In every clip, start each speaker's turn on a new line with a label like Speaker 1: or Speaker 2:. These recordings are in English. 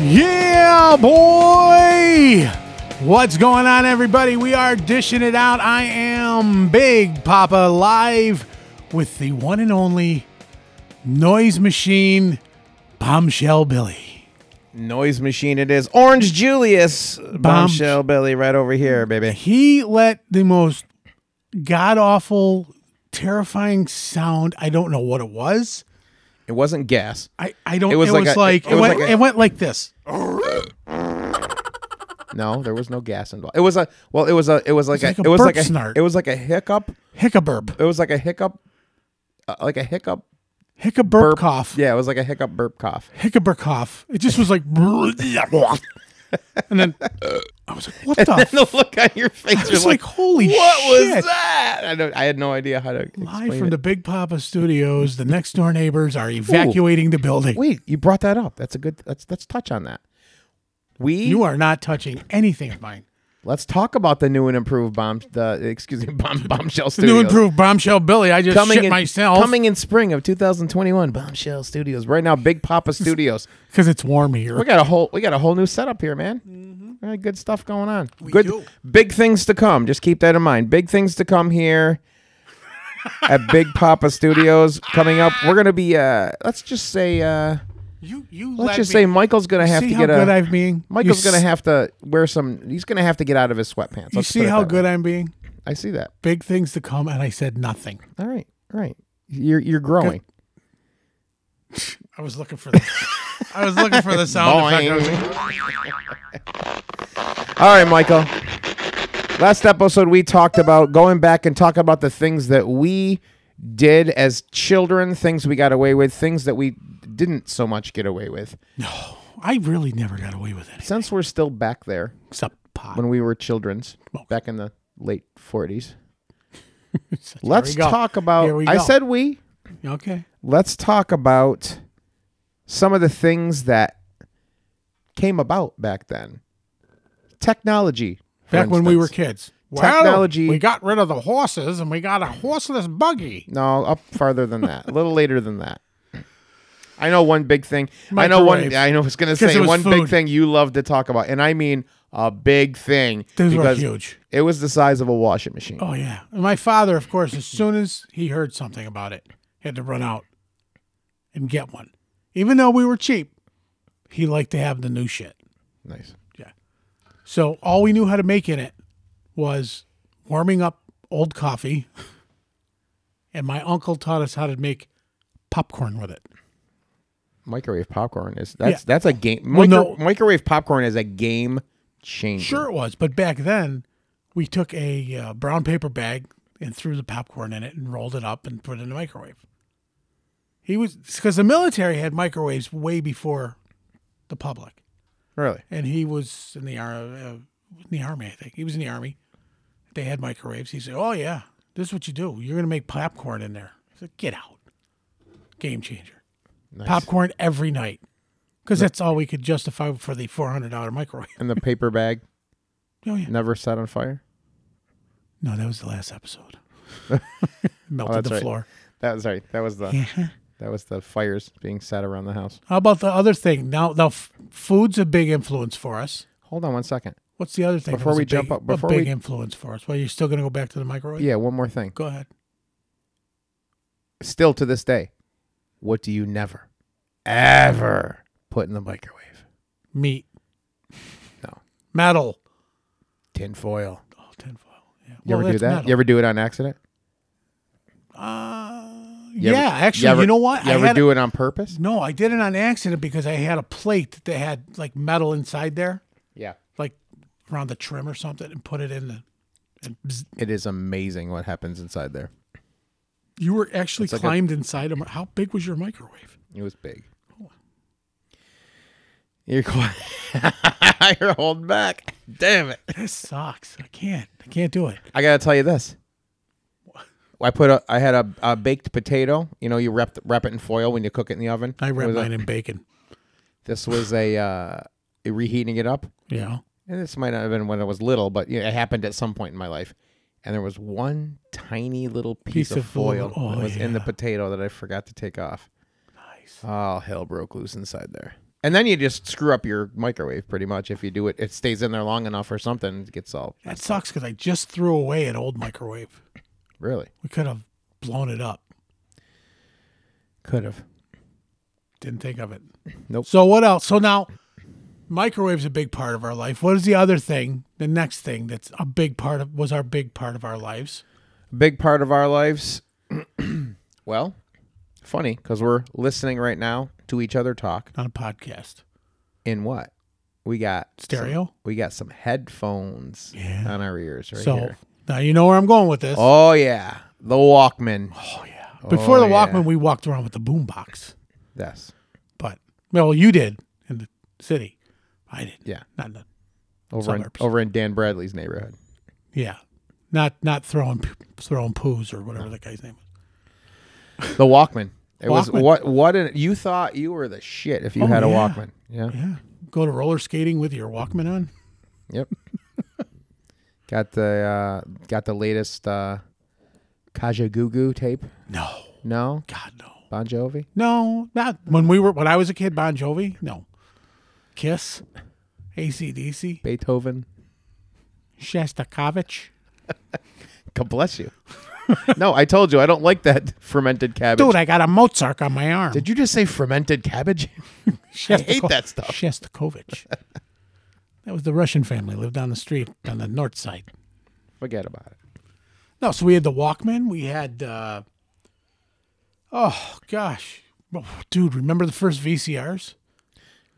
Speaker 1: Yeah, boy! What's going on, everybody? We are dishing it out. I am Big Papa live with the one and only noise machine, Bombshell Billy.
Speaker 2: Noise machine it is. Orange Julius. Bombshell Billy right over here, baby.
Speaker 1: He let the most god awful, terrifying sound. I don't know what it was.
Speaker 2: It wasn't gas.
Speaker 1: I, I don't. It
Speaker 2: It
Speaker 1: was
Speaker 2: was like
Speaker 1: like,
Speaker 2: a-
Speaker 1: it, went, like it went like this.
Speaker 2: No, there was no gas involved. It was a well, it was a it was like,
Speaker 1: like
Speaker 2: a,
Speaker 1: a
Speaker 2: it was
Speaker 1: burp
Speaker 2: like a
Speaker 1: snort.
Speaker 2: it was like a hiccup.
Speaker 1: Hiccuburb.
Speaker 2: It was like a hiccup uh, like a hiccup
Speaker 1: Hiccuburb
Speaker 2: burp
Speaker 1: cough.
Speaker 2: Yeah, it was like a hiccup burp cough.
Speaker 1: Hiccuberkoff. It just was like, and then I was like, "What the?" f-"
Speaker 2: the look on your face
Speaker 1: It's like, holy
Speaker 2: what
Speaker 1: shit!
Speaker 2: was that? I don't I had no idea how to
Speaker 1: Live
Speaker 2: explain
Speaker 1: from
Speaker 2: it.
Speaker 1: the Big Papa Studios, the next door neighbors are evacuating the building.
Speaker 2: Wait, you brought that up. That's a good let's let's touch on that. We
Speaker 1: You are not touching anything of mine.
Speaker 2: let's talk about the new and improved bomb the excuse me bomb bombshell studio.
Speaker 1: New improved bombshell Billy. I just shit
Speaker 2: in,
Speaker 1: myself
Speaker 2: Coming in spring of 2021, Bombshell Studios. Right now, Big Papa Studios.
Speaker 1: because it's warm here.
Speaker 2: We got a whole we got a whole new setup here, man. All right, good stuff going on. good
Speaker 1: Mm-hmm. do.
Speaker 2: big things to come. Just keep that in mind. Big things to come here at Big Papa Studios coming up. We're gonna be uh let's just say uh
Speaker 1: You you
Speaker 2: let's
Speaker 1: let
Speaker 2: just
Speaker 1: me-
Speaker 2: say Michael's gonna have
Speaker 1: see
Speaker 2: to
Speaker 1: how
Speaker 2: get
Speaker 1: good
Speaker 2: a
Speaker 1: I'm being.
Speaker 2: Michael's
Speaker 1: You
Speaker 2: gonna
Speaker 1: s-
Speaker 2: have to wear some he's gonna have to get out of his sweatpants.
Speaker 1: You
Speaker 2: Let's
Speaker 1: see
Speaker 2: put it
Speaker 1: how
Speaker 2: that
Speaker 1: good
Speaker 2: way.
Speaker 1: I'm being.
Speaker 2: I see that.
Speaker 1: Big things to come, and I said nothing.
Speaker 2: All right, all right. You're you're growing.
Speaker 1: I was looking for the. I was looking for the sound effect. I was like,
Speaker 2: All right, Michael. Last episode, we talked about going back and talking about the things that we did as children, things we got away with, things that we didn't so much get away with.
Speaker 1: I really never got away with it
Speaker 2: Since we're still back there
Speaker 1: except pot.
Speaker 2: when we were children's,
Speaker 1: Smoke.
Speaker 2: back in the late 40s,
Speaker 1: Here we
Speaker 2: let's
Speaker 1: go.
Speaker 2: talk about.
Speaker 1: Here we
Speaker 2: I
Speaker 1: go.
Speaker 2: said we.
Speaker 1: okay.
Speaker 2: Let's talk about some of the things that came about back then. Technology. for
Speaker 1: Back when we were
Speaker 2: instance.
Speaker 1: kids.
Speaker 2: Technology-
Speaker 1: Well, we got rid of the horses and we got a horseless buggy.
Speaker 2: No, up farther than that. a little later than that. I know one big thing. I know one.
Speaker 1: Microwave.
Speaker 2: I know. I was gonna
Speaker 1: 'Cause
Speaker 2: say
Speaker 1: it was
Speaker 2: one
Speaker 1: food.
Speaker 2: big thing you love to talk about, and I mean a big thing
Speaker 1: Those were
Speaker 2: because
Speaker 1: huge.
Speaker 2: it was the size of a washing machine.
Speaker 1: Oh yeah. And my father, of course, as soon as he heard something about it, had to run out and get one. Even though we were cheap, he liked to have the new shit.
Speaker 2: Nice.
Speaker 1: So all we knew how to make in it was warming up old coffee, and my uncle taught us how to make popcorn with it.
Speaker 2: Microwave popcorn is that's
Speaker 1: Yeah.
Speaker 2: that's a game.
Speaker 1: Well, no.
Speaker 2: micro- Microwave popcorn is a game changer.
Speaker 1: Sure, it was. But back then, we took a uh, brown paper bag and threw the popcorn in it and rolled it up and put it in the microwave. He was because the military had microwaves way before the public,
Speaker 2: Really.
Speaker 1: and he was in the ar- uh, in the army. I think he was in the army. They had microwaves. He said, "Oh yeah, this is what you do. You're gonna make popcorn in there." I said, "Get out, game changer."
Speaker 2: Nice.
Speaker 1: Popcorn every night because that's all we could justify for the four hundred dollar microwave.
Speaker 2: And the paper bag
Speaker 1: Oh yeah.
Speaker 2: never set on fire.
Speaker 1: No, that was the last episode.
Speaker 2: Oh,
Speaker 1: Melted
Speaker 2: that's
Speaker 1: the
Speaker 2: right.
Speaker 1: floor.
Speaker 2: That was right. That was the that was the fires being set around the house.
Speaker 1: How about the other thing? Now, now, f- food's a big influence for us.
Speaker 2: Hold on one second.
Speaker 1: What's the other thing? that
Speaker 2: Before
Speaker 1: was
Speaker 2: we
Speaker 1: a
Speaker 2: jump
Speaker 1: big,
Speaker 2: up- before
Speaker 1: a big
Speaker 2: we-
Speaker 1: influence for us. Well, you're still going to go back to the microwave.
Speaker 2: Yeah, one more thing.
Speaker 1: Go ahead.
Speaker 2: still to this day, what do you never, ever put in the microwave?
Speaker 1: Meat.
Speaker 2: No.
Speaker 1: Metal.
Speaker 2: Tin foil.
Speaker 1: Oh, tinfoil. Yeah.
Speaker 2: You
Speaker 1: Well,
Speaker 2: ever do
Speaker 1: that's
Speaker 2: that?
Speaker 1: metal.
Speaker 2: You ever do it on accident?
Speaker 1: Uh,
Speaker 2: You
Speaker 1: yeah.
Speaker 2: ever-
Speaker 1: actually, you,
Speaker 2: ever-
Speaker 1: know what?
Speaker 2: You
Speaker 1: I
Speaker 2: ever
Speaker 1: had a- Mm.
Speaker 2: do it on purpose?
Speaker 1: no, I did it on accident because I had a plate that they had like metal inside there,
Speaker 2: Yeah.
Speaker 1: like around the trim or something, and put it in the. And bzz.
Speaker 2: It is amazing what happens inside there.
Speaker 1: You were actually
Speaker 2: like a-
Speaker 1: climbed inside a. mi- How big was your microwave?
Speaker 2: It was big. You're quiet. You're holding back. Damn it.
Speaker 1: This sucks. I can't. I can't do it.
Speaker 2: I gotta tell you this. I put a. I had a, a baked potato. You know, you wrap wrap it in foil when you cook it in the oven.
Speaker 1: I
Speaker 2: It
Speaker 1: wrap
Speaker 2: was a-
Speaker 1: mine in bacon.
Speaker 2: This was a uh, reheating it up.
Speaker 1: You know,
Speaker 2: and this might not have been when I was little, but you know, it happened at some point in my life. And there was one tiny little piece,
Speaker 1: Piece
Speaker 2: of,
Speaker 1: of
Speaker 2: foil
Speaker 1: foil. Oh,
Speaker 2: that was in the
Speaker 1: yeah.
Speaker 2: potato that I forgot to take off.
Speaker 1: nice.
Speaker 2: Oh, hell broke loose inside there. And then you just screw up your microwave pretty much if you do it. It stays in there long enough or something, it gets all
Speaker 1: That sucks because I just threw away an old microwave.
Speaker 2: really
Speaker 1: We could have blown it up.
Speaker 2: could have.
Speaker 1: Didn't think of it.
Speaker 2: Nope.
Speaker 1: So what else? So now, microwave's a big part of our life. What is the other thing? The next thing that's a big part of was our big part of our lives.
Speaker 2: big part of our lives. well, funny because we're listening right now to each other talk.
Speaker 1: On a podcast,
Speaker 2: In what we got
Speaker 1: stereo.
Speaker 2: some- we got some headphones
Speaker 1: Yeah.
Speaker 2: on our ears right
Speaker 1: so
Speaker 2: here.
Speaker 1: now you know where I'm going with this.
Speaker 2: Oh yeah, the Walkman.
Speaker 1: Oh, yeah. Before the
Speaker 2: yeah.
Speaker 1: Walkman, we walked around with the boombox.
Speaker 2: Yes.
Speaker 1: But well, you did in the city. I did.
Speaker 2: Yeah.
Speaker 1: Not in the
Speaker 2: Over in,
Speaker 1: Suburbs.
Speaker 2: over in Dan Bradley's neighborhood.
Speaker 1: yeah. Not not throwing throwing poos or whatever that guy's name was.
Speaker 2: The Walkman. It was
Speaker 1: Walkman. Oh,
Speaker 2: what what an, you thought you were the shit if you had a
Speaker 1: yeah.
Speaker 2: Walkman. Yeah.
Speaker 1: Yeah. Go to roller skating with your Walkman on.
Speaker 2: Yep. got the uh, got the latest uh, Kajagoogoo tape.
Speaker 1: No.
Speaker 2: No,
Speaker 1: God no.
Speaker 2: Bon Jovi.
Speaker 1: No, not when we were when I was a kid. Bon Jovi. No. Kiss. ACDC.
Speaker 2: Beethoven.
Speaker 1: Shostakovich.
Speaker 2: God bless you. no, I told you I don't like that fermented cabbage.
Speaker 1: Dude, I got a Mozart on my arm.
Speaker 2: Did you just say fermented cabbage?
Speaker 1: Shestako-
Speaker 2: hate that stuff.
Speaker 1: Shestakovich. that was the Russian family lived down the street on the north side.
Speaker 2: Forget about it.
Speaker 1: No, so we had the Walkman. We had, uh, oh gosh, Oh, dude, remember the first VCRs?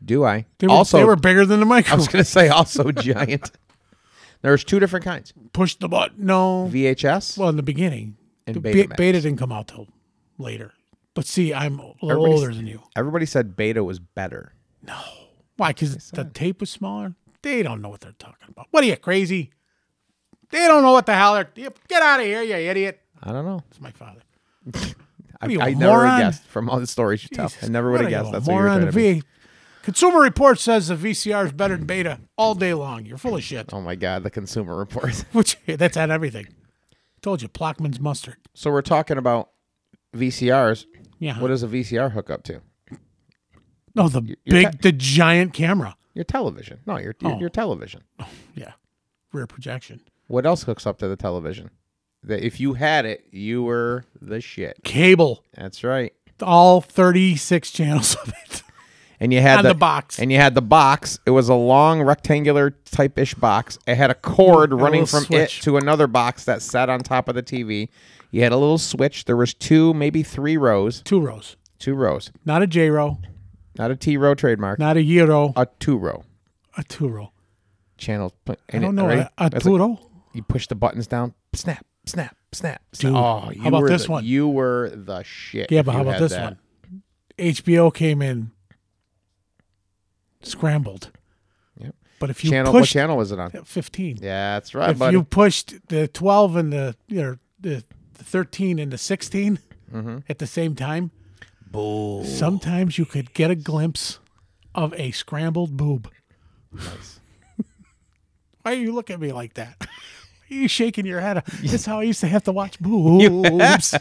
Speaker 2: Do I?
Speaker 1: They were,
Speaker 2: also,
Speaker 1: they were bigger than the
Speaker 2: I was
Speaker 1: microphone.
Speaker 2: going to say also giant. There's two different kinds:
Speaker 1: Push the button. No,
Speaker 2: VHS
Speaker 1: well, in the beginning,
Speaker 2: and
Speaker 1: the
Speaker 2: Betamax.
Speaker 1: Be- beta didn't come out till later. But see, I'm a little
Speaker 2: Everybody's-
Speaker 1: older than you.
Speaker 2: Everybody said Beta was better.
Speaker 1: Why? Because the tape was smaller. They don't know what they're talking about. What are you crazy? They don't know what the hell they're. Get out of here, you idiot!
Speaker 2: I don't know.
Speaker 1: It's my father.
Speaker 2: I,
Speaker 1: What are you, a
Speaker 2: I never would've
Speaker 1: moron?
Speaker 2: guessed from all the stories you tell. I
Speaker 1: Jesus,
Speaker 2: never
Speaker 1: what
Speaker 2: would have
Speaker 1: are
Speaker 2: guessed.
Speaker 1: you,
Speaker 2: That's
Speaker 1: a
Speaker 2: what you were
Speaker 1: moron?
Speaker 2: trying to be.
Speaker 1: V- Consumer Report says the VCR is better than beta all day long. You're full of shit.
Speaker 2: Oh my God, the Consumer Report.
Speaker 1: Which that's on everything. Told you, Plockman's mustard.
Speaker 2: so we're talking about VCRs.
Speaker 1: Yeah.
Speaker 2: What does a VCR hook up to?
Speaker 1: no, the
Speaker 2: you're
Speaker 1: big, the giant camera.
Speaker 2: Your television. No, your your,
Speaker 1: Oh.
Speaker 2: your television.
Speaker 1: Yeah, rear projection.
Speaker 2: What else hooks up to the television? That if you had it, you were the shit.
Speaker 1: Cable,
Speaker 2: That's right.
Speaker 1: all 36 channels of it
Speaker 2: And you had
Speaker 1: on the box.
Speaker 2: And you had the box. It was a long rectangular type ish box. It had a cord
Speaker 1: Mm, a
Speaker 2: running
Speaker 1: little
Speaker 2: from
Speaker 1: switch.
Speaker 2: it to another box that sat on top of the TV. You had a little switch. There was two, maybe three rows.
Speaker 1: Two rows,
Speaker 2: Two rows.
Speaker 1: not a J row,
Speaker 2: Not a T row trademark.
Speaker 1: not a Y row,
Speaker 2: a two row.
Speaker 1: a two row.
Speaker 2: Channel.
Speaker 1: I don't know a, a
Speaker 2: That's
Speaker 1: two
Speaker 2: like-
Speaker 1: row.
Speaker 2: you push the buttons down. Snap, snap, snap. snap.
Speaker 1: Dude,
Speaker 2: oh, you
Speaker 1: how about
Speaker 2: were
Speaker 1: this
Speaker 2: the-
Speaker 1: one?
Speaker 2: You were the shit.
Speaker 1: Yeah,
Speaker 2: if
Speaker 1: but
Speaker 2: you
Speaker 1: how about
Speaker 2: had
Speaker 1: this
Speaker 2: that.
Speaker 1: one? HBO came in scrambled.
Speaker 2: Yep.
Speaker 1: But if you
Speaker 2: channel. what
Speaker 1: pushed
Speaker 2: channel was it on?
Speaker 1: fifteen,
Speaker 2: Yeah, that's right,
Speaker 1: if
Speaker 2: buddy.
Speaker 1: you pushed the twelve and the you know, the the thirteen and the 16
Speaker 2: Mm-hmm.
Speaker 1: at the same time,
Speaker 2: Boo.
Speaker 1: sometimes you could get a glimpse of a scrambled boob. Why you look at me like that? Why are you shaking your head? That's how I used to have to watch boobs.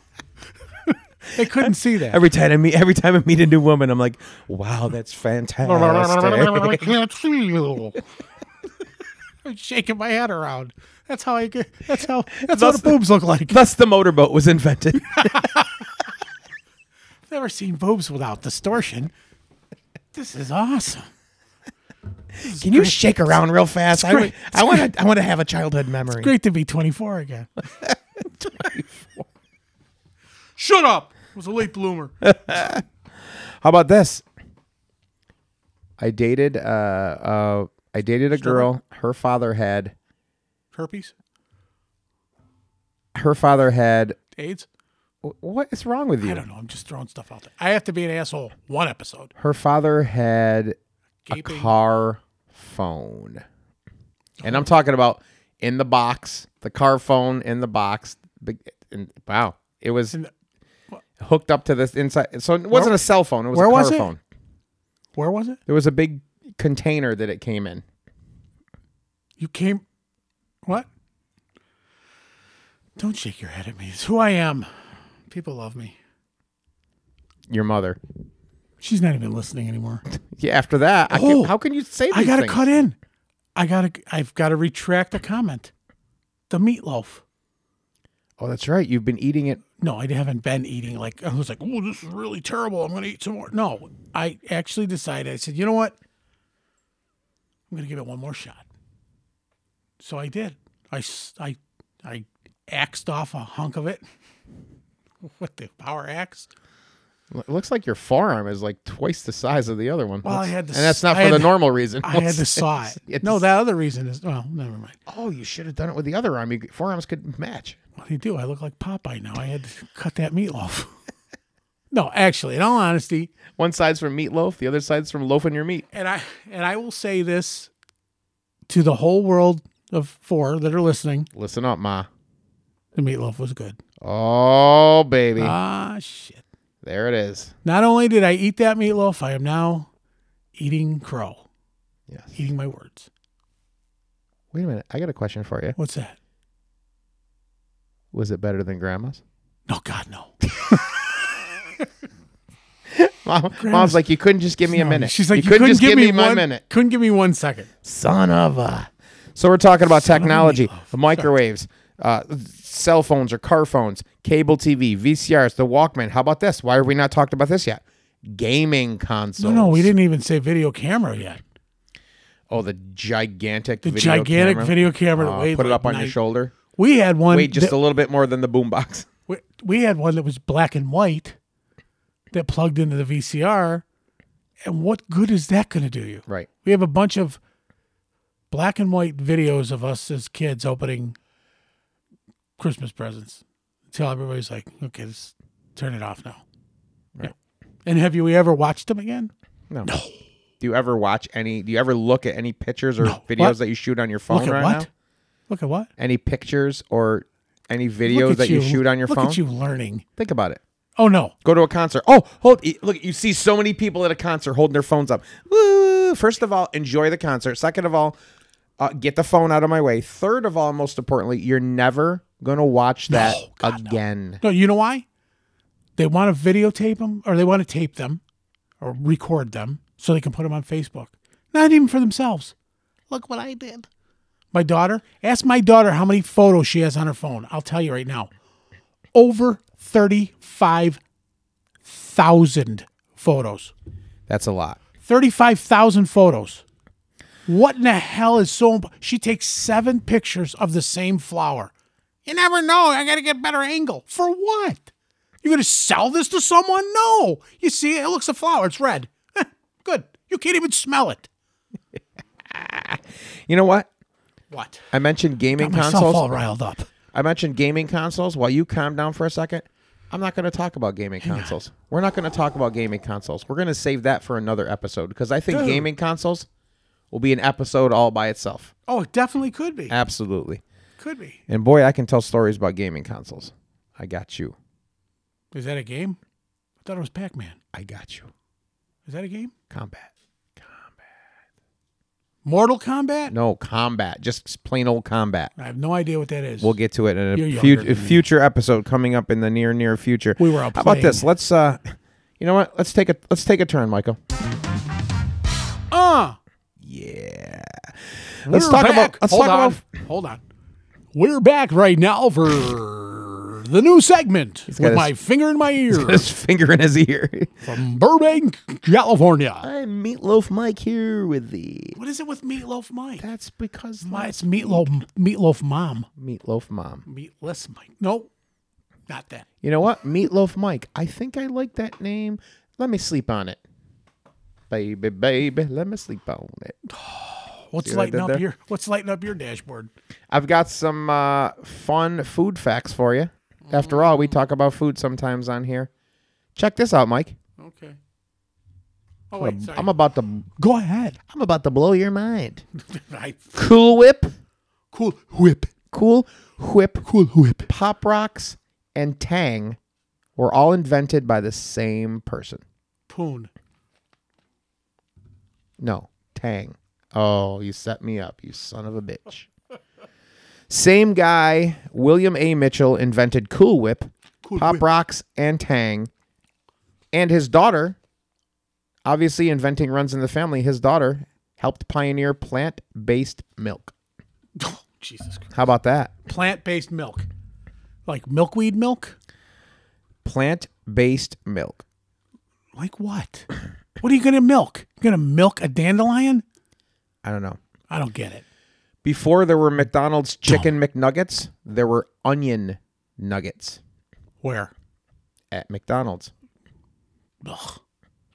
Speaker 1: they couldn't see that.
Speaker 2: Every time I meet, every time I meet a new woman, I'm like, wow, that's
Speaker 1: Oh,
Speaker 2: fantastic.
Speaker 1: I can't see you. I'm shaking my head around. That's how I get. That's how. That's,
Speaker 2: That's-
Speaker 1: what the boobs look like.
Speaker 2: Thus, the motorboat was invented.
Speaker 1: I've never seen boobs without distortion. This is awesome.
Speaker 2: Can you shake around real fast? I,
Speaker 1: great.
Speaker 2: would- I want to. I want to have a childhood memory.
Speaker 1: Great to be 24 again. Shut up. I was a late bloomer.
Speaker 2: How about this? I dated. Uh, uh, I dated a girl. Her father had.
Speaker 1: Herpes,
Speaker 2: Her father had.
Speaker 1: AIDS.
Speaker 2: wh- What is wrong with
Speaker 1: I
Speaker 2: you?
Speaker 1: don't know. I'm just throwing stuff out there. I have to be an asshole. One episode.
Speaker 2: Her father had
Speaker 1: Gaping.
Speaker 2: a car phone. And I'm talking about in the box, the car phone in the box. Big- And, wow. It was
Speaker 1: And-
Speaker 2: hooked up to this inside. So it wasn't a cell phone. It was
Speaker 1: Where
Speaker 2: a car
Speaker 1: was it?
Speaker 2: phone.
Speaker 1: Where was it?
Speaker 2: There was a big container that it came in.
Speaker 1: You came. What? Don't shake your head at me. It's who I am. People love me.
Speaker 2: Your mother.
Speaker 1: She's not even listening anymore.
Speaker 2: Yeah, after that, I
Speaker 1: Oh,
Speaker 2: can, how can you say
Speaker 1: I
Speaker 2: these
Speaker 1: gotta
Speaker 2: things?
Speaker 1: cut in. I gotta. I've got to retract a comment. The meatloaf.
Speaker 2: Oh, that's right. You've been eating it.
Speaker 1: No, I haven't been eating. Like I was like, oh, this is really terrible. I'm gonna eat some more. No, I actually decided. I said, you know what? I'm gonna give it one more shot. So I did. I s- I I axed off a hunk of it. What the power axe?
Speaker 2: It looks like your forearm is like twice the size of the other one.
Speaker 1: Well, I
Speaker 2: That's-
Speaker 1: had to
Speaker 2: and that's not
Speaker 1: s- I
Speaker 2: for the
Speaker 1: had to-
Speaker 2: normal reason.
Speaker 1: I had to saw it.
Speaker 2: It's-
Speaker 1: No, that other reason is well, never mind.
Speaker 2: Oh, you should have done it with the other arm. You, forearms could match.
Speaker 1: What do you do? I look like Popeye now. I had to cut that meatloaf. no, actually, in all honesty,
Speaker 2: One side's from meatloaf, the other side's from loafing your meat.
Speaker 1: and I and I will say this to the whole world of four that are listening:
Speaker 2: Listen up, ma.
Speaker 1: the meatloaf was good.
Speaker 2: Oh, baby.
Speaker 1: Ah, shit!
Speaker 2: there it is.
Speaker 1: Not only did I eat that meatloaf, I am now eating crow,
Speaker 2: Yes.
Speaker 1: eating my words.
Speaker 2: Wait a minute. I got a question for you.
Speaker 1: What's that?
Speaker 2: Was it better than grandma's?
Speaker 1: No, God, no.
Speaker 2: Mom,
Speaker 1: Grandma's-
Speaker 2: Mom's like, you couldn't just give me a
Speaker 1: No.
Speaker 2: minute.
Speaker 1: She's like, you,
Speaker 2: couldn't, just give, me, my
Speaker 1: one,
Speaker 2: minute.
Speaker 1: Couldn't give me one second.
Speaker 2: Son of a. So we're talking about
Speaker 1: Son of a
Speaker 2: technology,
Speaker 1: meatloaf.
Speaker 2: microwaves, uh, cell phones or car phones, cable TV, VCRs, the Walkman. How about this? Why have we not talked about this yet? Gaming
Speaker 1: No,
Speaker 2: consoles.
Speaker 1: no, we didn't even say video camera yet.
Speaker 2: Oh, the gigantic,
Speaker 1: The
Speaker 2: video
Speaker 1: gigantic
Speaker 2: camera.
Speaker 1: video camera. that
Speaker 2: Uh,
Speaker 1: weighed
Speaker 2: put it
Speaker 1: like
Speaker 2: up on your
Speaker 1: night-
Speaker 2: shoulder.
Speaker 1: We had one.
Speaker 2: Wait, just
Speaker 1: that-
Speaker 2: a little bit more than the boombox.
Speaker 1: we, we had one that was black and white that plugged into the VCR. And what good is that going to do you?
Speaker 2: Right.
Speaker 1: We have a bunch of black and white videos of us as kids opening Christmas presents until everybody's like, okay, just turn it off now.
Speaker 2: Right.
Speaker 1: Yeah. And have you ever watched them again?
Speaker 2: No. Do you ever watch any? Do you ever look at any pictures or videos
Speaker 1: What?
Speaker 2: that you shoot on your phone
Speaker 1: Look at
Speaker 2: right
Speaker 1: what?
Speaker 2: now?
Speaker 1: Look at what?
Speaker 2: Any pictures or any
Speaker 1: Look
Speaker 2: videos
Speaker 1: at
Speaker 2: that you. shoot on your
Speaker 1: Look
Speaker 2: phone?
Speaker 1: at you learning.
Speaker 2: Think about it.
Speaker 1: Oh, no.
Speaker 2: Go to a concert. Oh, hold. e- Look, you see so many people at a concert holding their phones up. Woo! First of all, enjoy the concert. Second of all, uh, get the phone out of my way. Third of all, most importantly, you're never gonna watch that
Speaker 1: God, no.
Speaker 2: again.
Speaker 1: No, you know why? They want to videotape them or they want to tape them or record them so they can put them on Facebook. Not even for themselves. Look what I did. My daughter, ask my daughter how many photos she has on her phone. I'll tell you right now. Over 35,000 photos.
Speaker 2: That's a lot.
Speaker 1: 35,000 photos. What in the hell is so? imp- She takes seven pictures of the same flower. You never know. I got to get a better angle. For what? You're going to sell this to someone? No. You see, it looks a flower. It's red. Heh, good. You can't even smell it.
Speaker 2: You know what?
Speaker 1: What?
Speaker 2: I mentioned gaming
Speaker 1: Got myself
Speaker 2: consoles.
Speaker 1: all riled up.
Speaker 2: I mentioned gaming consoles. While you calm down for a second, I'm not going to talk about gaming consoles. We're not going to talk about gaming consoles. We're going to save that for another episode because I think
Speaker 1: Dude.
Speaker 2: gaming consoles will be an episode all by itself.
Speaker 1: Oh, it definitely could
Speaker 2: Uh,
Speaker 1: be.
Speaker 2: Absolutely.
Speaker 1: Could be.
Speaker 2: And boy, I can tell stories about gaming consoles. I got you.
Speaker 1: Is that a game? I thought it was Pac Man.
Speaker 2: I got you.
Speaker 1: Is that a game?
Speaker 2: Combat.
Speaker 1: Mortal Kombat?
Speaker 2: No, combat. Just plain old combat.
Speaker 1: I have no idea what that is.
Speaker 2: We'll get to it in
Speaker 1: You're
Speaker 2: a,
Speaker 1: younger
Speaker 2: fut-
Speaker 1: than me.
Speaker 2: future episode coming up in the near near future.
Speaker 1: We were up
Speaker 2: How about
Speaker 1: playing.
Speaker 2: this? Let's uh you know what? Let's take a let's take a turn, Michael.
Speaker 1: uh,
Speaker 2: Yeah. Let's
Speaker 1: We're
Speaker 2: talk
Speaker 1: back.
Speaker 2: about let's
Speaker 1: Hold
Speaker 2: talk
Speaker 1: on.
Speaker 2: about
Speaker 1: Hold on. We're back right now for the new segment
Speaker 2: got
Speaker 1: with
Speaker 2: his-
Speaker 1: my finger in my ear
Speaker 2: his finger in his ear.
Speaker 1: from Burbank, California.
Speaker 2: I'm Meatloaf Mike here with the.
Speaker 1: What is it with Meatloaf Mike?
Speaker 2: That's because
Speaker 1: My, it's Meatloaf Meatloaf Mom.
Speaker 2: Meatloaf Mom.
Speaker 1: Meatless Mike. No, not that.
Speaker 2: You know what? Meatloaf Mike. I think I like that name. Let me sleep on it. Baby, baby, let me sleep on it.
Speaker 1: What's
Speaker 2: See what I
Speaker 1: lighting
Speaker 2: did
Speaker 1: up
Speaker 2: there?
Speaker 1: your What's lighting up your dashboard?
Speaker 2: I've got some uh, fun food facts for you. After
Speaker 1: Mm.
Speaker 2: all, we talk about food sometimes on here. Check this out, Mike.
Speaker 1: Okay. Oh wait, sorry.
Speaker 2: I'm about to
Speaker 1: Go ahead.
Speaker 2: I'm about to blow your mind.
Speaker 1: I,
Speaker 2: Cool Whip,
Speaker 1: cool whip.
Speaker 2: Cool Whip
Speaker 1: Cool whip.
Speaker 2: Pop Rocks, and Tang were all invented by the same person.
Speaker 1: Poon.
Speaker 2: No, Tang. Oh, you set me up, you son of a bitch. same guy, William A. Mitchell, invented Cool Whip,
Speaker 1: Cool
Speaker 2: Pop
Speaker 1: Whip.
Speaker 2: Rocks, and Tang. And his daughter, Obviously, inventing runs in the family, his daughter helped pioneer plant based milk.
Speaker 1: Oh, Jesus Christ.
Speaker 2: How about that?
Speaker 1: Plant based milk. Like milkweed milk?
Speaker 2: Plant based milk.
Speaker 1: Like what? What are you going to milk? You're going to milk a dandelion?
Speaker 2: I don't know.
Speaker 1: I don't get it.
Speaker 2: Before there were McDonald's chicken McNuggets, there were onion nuggets
Speaker 1: Where?
Speaker 2: at McDonald's.
Speaker 1: Ugh,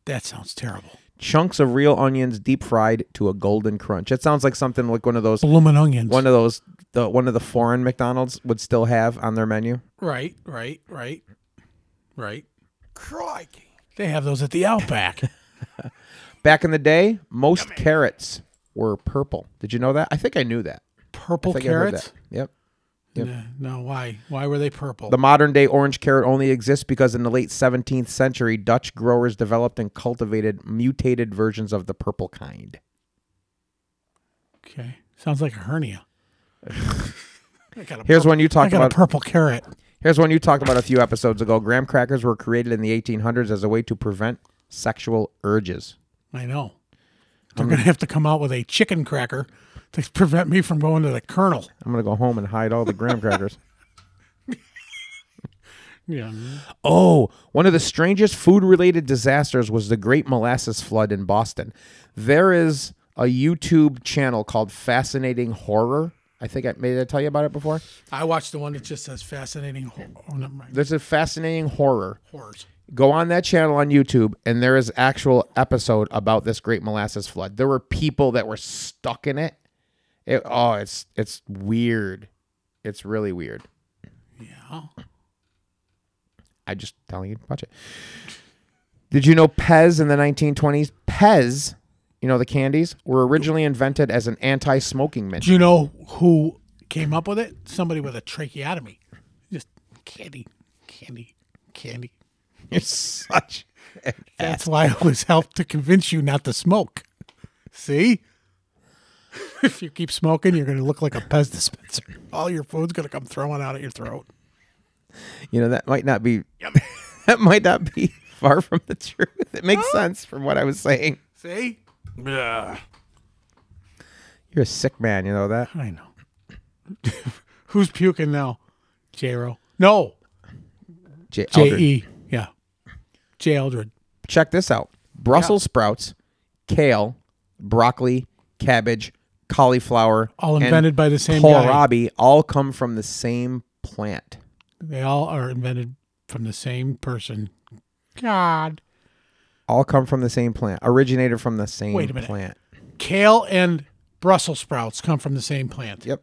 Speaker 1: that sounds terrible.
Speaker 2: Chunks of real onions deep fried to a golden crunch. It sounds like something like one of those
Speaker 1: Bloomin' onions.
Speaker 2: one of those the one of the foreign McDonald's would still have on their menu.
Speaker 1: right, right, right, right. Crikey. They have those at the Outback.
Speaker 2: Back in the day, most carrots were purple. Did you know that? I think I knew that.
Speaker 1: Purple
Speaker 2: I think I heard
Speaker 1: carrots?
Speaker 2: that. Yep.
Speaker 1: No, no, why? Why were they purple?
Speaker 2: The modern day orange carrot only exists because in the late 17th century, Dutch growers developed and cultivated mutated versions of the purple kind.
Speaker 1: okay. Sounds like a hernia. I got a
Speaker 2: Here's
Speaker 1: purple-
Speaker 2: one you
Speaker 1: Oh, I
Speaker 2: talked
Speaker 1: got
Speaker 2: about.
Speaker 1: a purple carrot.
Speaker 2: Here's one you talked about a few episodes ago. Graham crackers were created in the 1800s as a way to prevent sexual urges.
Speaker 1: I know. They're going to have to come out with a chicken cracker to prevent me from going to the colonel.
Speaker 2: I'm gonna go home and hide all the graham crackers.
Speaker 1: Yeah.
Speaker 2: Oh, one of the strangest food related disasters was the Great Molasses Flood in Boston. There is a YouTube channel called Fascinating Horror. I think I made I tell you about it before.
Speaker 1: I watched the one that just says fascinating hor- oh, never mind.
Speaker 2: There's a fascinating horror.
Speaker 1: horrors.
Speaker 2: Go on that channel on YouTube and there is actual episode about this Great Molasses Flood. There were people that were stuck in it. It oh, it's it's weird. It's really weird.
Speaker 1: Yeah.
Speaker 2: I just telling you to watch it. Did you know Pez in the 1920s? Pez, you know the candies, were originally invented as an anti-smoking mint.
Speaker 1: Do you know who came up with it? Somebody with a tracheotomy. Just candy, candy, candy.
Speaker 2: You're such.
Speaker 1: That's why I was helped to convince you not to smoke. See? if you keep smoking, you're going to look like a Pez dispenser. All your food's going to come throwing out at your throat.
Speaker 2: You know that might not be. that might not be far from the truth. It makes sense from what I was saying.
Speaker 1: See?
Speaker 2: You're a sick man. You know that.
Speaker 1: I know. Who's puking now? J-Ro. No,
Speaker 2: J- Aldridge.
Speaker 1: J-E. E. Yeah. J. Eldred.
Speaker 2: Check this out: Brussels sprouts, kale, broccoli, cabbage, cauliflower,
Speaker 1: All
Speaker 2: and
Speaker 1: invented by the same guy.
Speaker 2: kohlrabi all come from the same plant.
Speaker 1: They all are invented from the same person. God.
Speaker 2: all come from the same plant, originated from the same
Speaker 1: Wait a minute.
Speaker 2: plant.
Speaker 1: Kale and Brussels sprouts come from the same plant.
Speaker 2: Yep.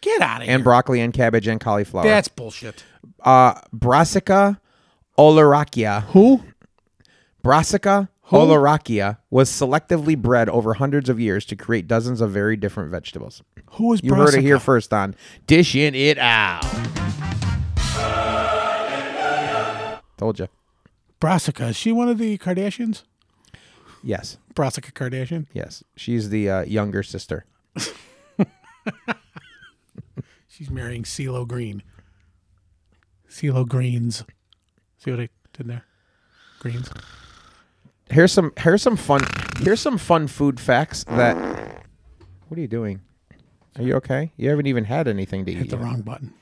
Speaker 1: Get out of
Speaker 2: And
Speaker 1: here.
Speaker 2: broccoli and cabbage and cauliflower.
Speaker 1: That's bullshit.
Speaker 2: uh, Brassica oleracea.
Speaker 1: Who?
Speaker 2: Brassica oleracea was selectively bred over hundreds of years to create dozens of very different vegetables.
Speaker 1: Who is
Speaker 2: You heard it here first on Dishing It Out. Told you.
Speaker 1: Brassica. Is she one of the Kardashians?
Speaker 2: Yes.
Speaker 1: Brassica Kardashian.
Speaker 2: Yes. She's the uh, younger sister.
Speaker 1: She's marrying CeeLo Green. CeeLo Greens. See what I did there? Greens.
Speaker 2: Here's some here's some fun here's some fun food facts that What are you doing? Are you okay? You haven't even had anything to eat.
Speaker 1: Hit the
Speaker 2: yet.
Speaker 1: wrong button.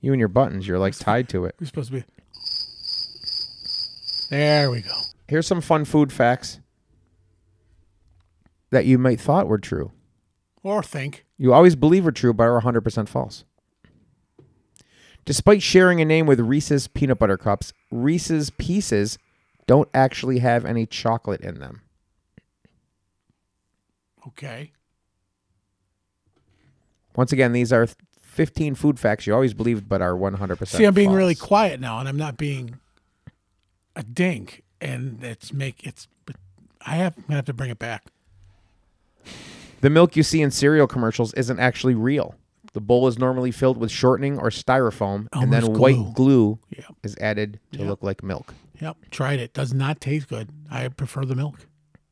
Speaker 2: You and your buttons, you're like tied to it.
Speaker 1: We're supposed to be. There we go.
Speaker 2: Here's some fun food facts that you might thought were true.
Speaker 1: Or think.
Speaker 2: You always believe are true but are 100% false. Despite sharing a name with Reese's peanut butter cups, Reese's pieces don't actually have any chocolate in them.
Speaker 1: Okay.
Speaker 2: Once again, these are 15 food facts you always believed but are 100%
Speaker 1: See, I'm being
Speaker 2: false.
Speaker 1: really quiet now, and I'm not being a dink, and it's make it's. But I have I'm gonna have to bring it back.
Speaker 2: The milk you see in cereal commercials isn't actually real. The bowl is normally filled with shortening or styrofoam, and then
Speaker 1: Elmer's
Speaker 2: white glue
Speaker 1: Yeah.
Speaker 2: is added to look like milk.
Speaker 1: Yep, tried it. Does not taste good. I prefer the milk,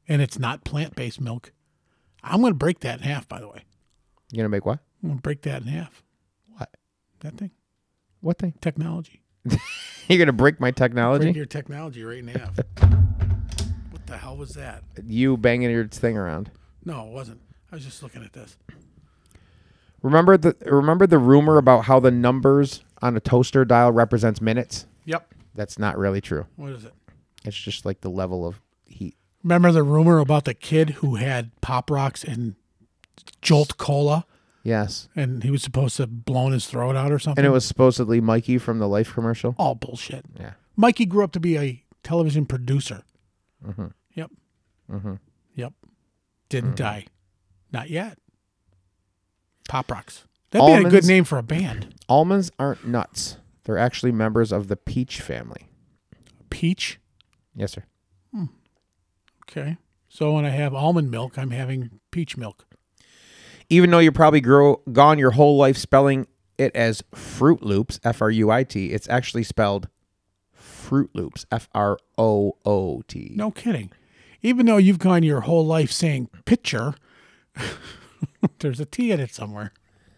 Speaker 1: and it's not plant-based milk. I'm gonna break that in half. By the way,
Speaker 2: You gonna make what?
Speaker 1: I'm gonna break that in half.
Speaker 2: What?
Speaker 1: That thing,
Speaker 2: What thing?
Speaker 1: technology.
Speaker 2: You're gonna break my
Speaker 1: Break
Speaker 2: technology?
Speaker 1: your technology right in half. the hell was that?
Speaker 2: You banging your thing around.
Speaker 1: No, it wasn't. I was just looking at this.
Speaker 2: Remember the remember the rumor about how the numbers on a toaster dial represents minutes?
Speaker 1: Yep.
Speaker 2: That's not really true.
Speaker 1: What is it?
Speaker 2: It's just like the level of heat.
Speaker 1: Remember the rumor about the kid who had Pop Rocks and Jolt Cola
Speaker 2: Yes.
Speaker 1: and he was supposed to have blown his throat out or something?
Speaker 2: And it was supposedly Mikey from the Life commercial.
Speaker 1: all bullshit.
Speaker 2: Yeah.
Speaker 1: Mikey grew up to be a television producer.
Speaker 2: Mm-hmm.
Speaker 1: Yep. Yep. Didn't die. Not yet. Pop Rocks. That'd be a good
Speaker 2: Almonds?
Speaker 1: name for a band.
Speaker 2: Almonds aren't nuts. They're actually members of the peach family.
Speaker 1: Peach.
Speaker 2: Yes, sir.
Speaker 1: Okay. So when I have almond milk, I'm having peach milk.
Speaker 2: Even though you probably grew gone your whole life spelling it as Fruit Loops, F R U I T, it's actually spelled Fruit Loops, F R O O T.
Speaker 1: No kidding. Even though you've gone your whole life saying pitcher, there's a T in it somewhere.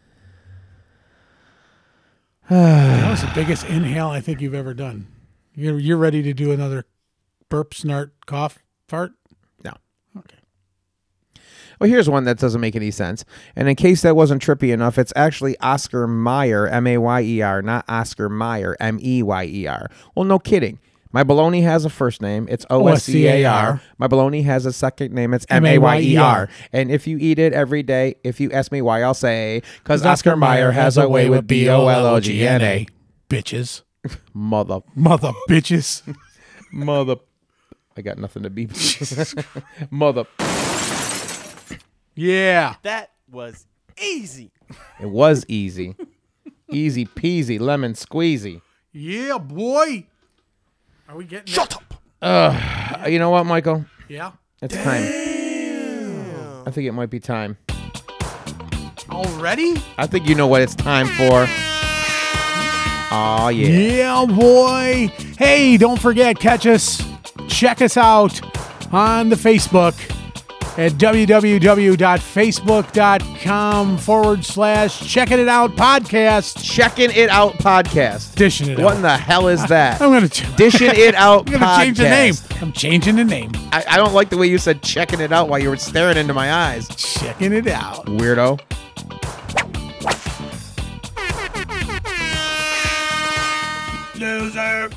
Speaker 1: that was the biggest inhale I think you've ever done. You're, you're ready to do another burp, snart, cough, fart?
Speaker 2: No.
Speaker 1: Okay.
Speaker 2: Well, here's one that doesn't make any sense. And in case that wasn't trippy enough, it's actually Oscar Meyer, M A Y E R, not Oscar Meyer, M E Y E R. Well, no kidding. My baloney has a first name. It's O S C Oh, A
Speaker 1: O-S-C-A-R.
Speaker 2: R. My baloney has a second name. It's M A Y E
Speaker 1: M-A-Y-E-R.
Speaker 2: R. And if you eat it every day, if you ask me why, I'll say, because
Speaker 1: Oscar,
Speaker 2: Oscar Meyer has a way with B O L O G N A.
Speaker 1: Bitches.
Speaker 2: Mother.
Speaker 1: Mother bitches.
Speaker 2: Mother. I got nothing to be. Mother.
Speaker 1: yeah.
Speaker 3: That was easy.
Speaker 2: It was easy. Easy peasy, lemon squeezy.
Speaker 1: Yeah, boy. Are we getting
Speaker 3: Shut up.
Speaker 2: Uh, You know what, Michael?
Speaker 1: Yeah.
Speaker 2: It's time. I think it might be time.
Speaker 1: Already?
Speaker 2: I think you know what it's time for. Oh yeah.
Speaker 1: Yeah, boy. Hey, don't forget, catch us. Check us out on the Facebook at www.facebook.com forward slash checking it out podcast.
Speaker 2: Checking it out podcast.
Speaker 1: Dishing it
Speaker 2: What
Speaker 1: out.
Speaker 2: in the hell is that?
Speaker 1: I'm gonna ch-
Speaker 2: Dishing it out.
Speaker 1: I'm gonna change the name.
Speaker 2: podcast.
Speaker 1: I'm changing the name.
Speaker 2: I, I don't like the way you said checking it out while you were staring into my eyes.
Speaker 1: Checking it out.
Speaker 2: Weirdo.
Speaker 1: Loser.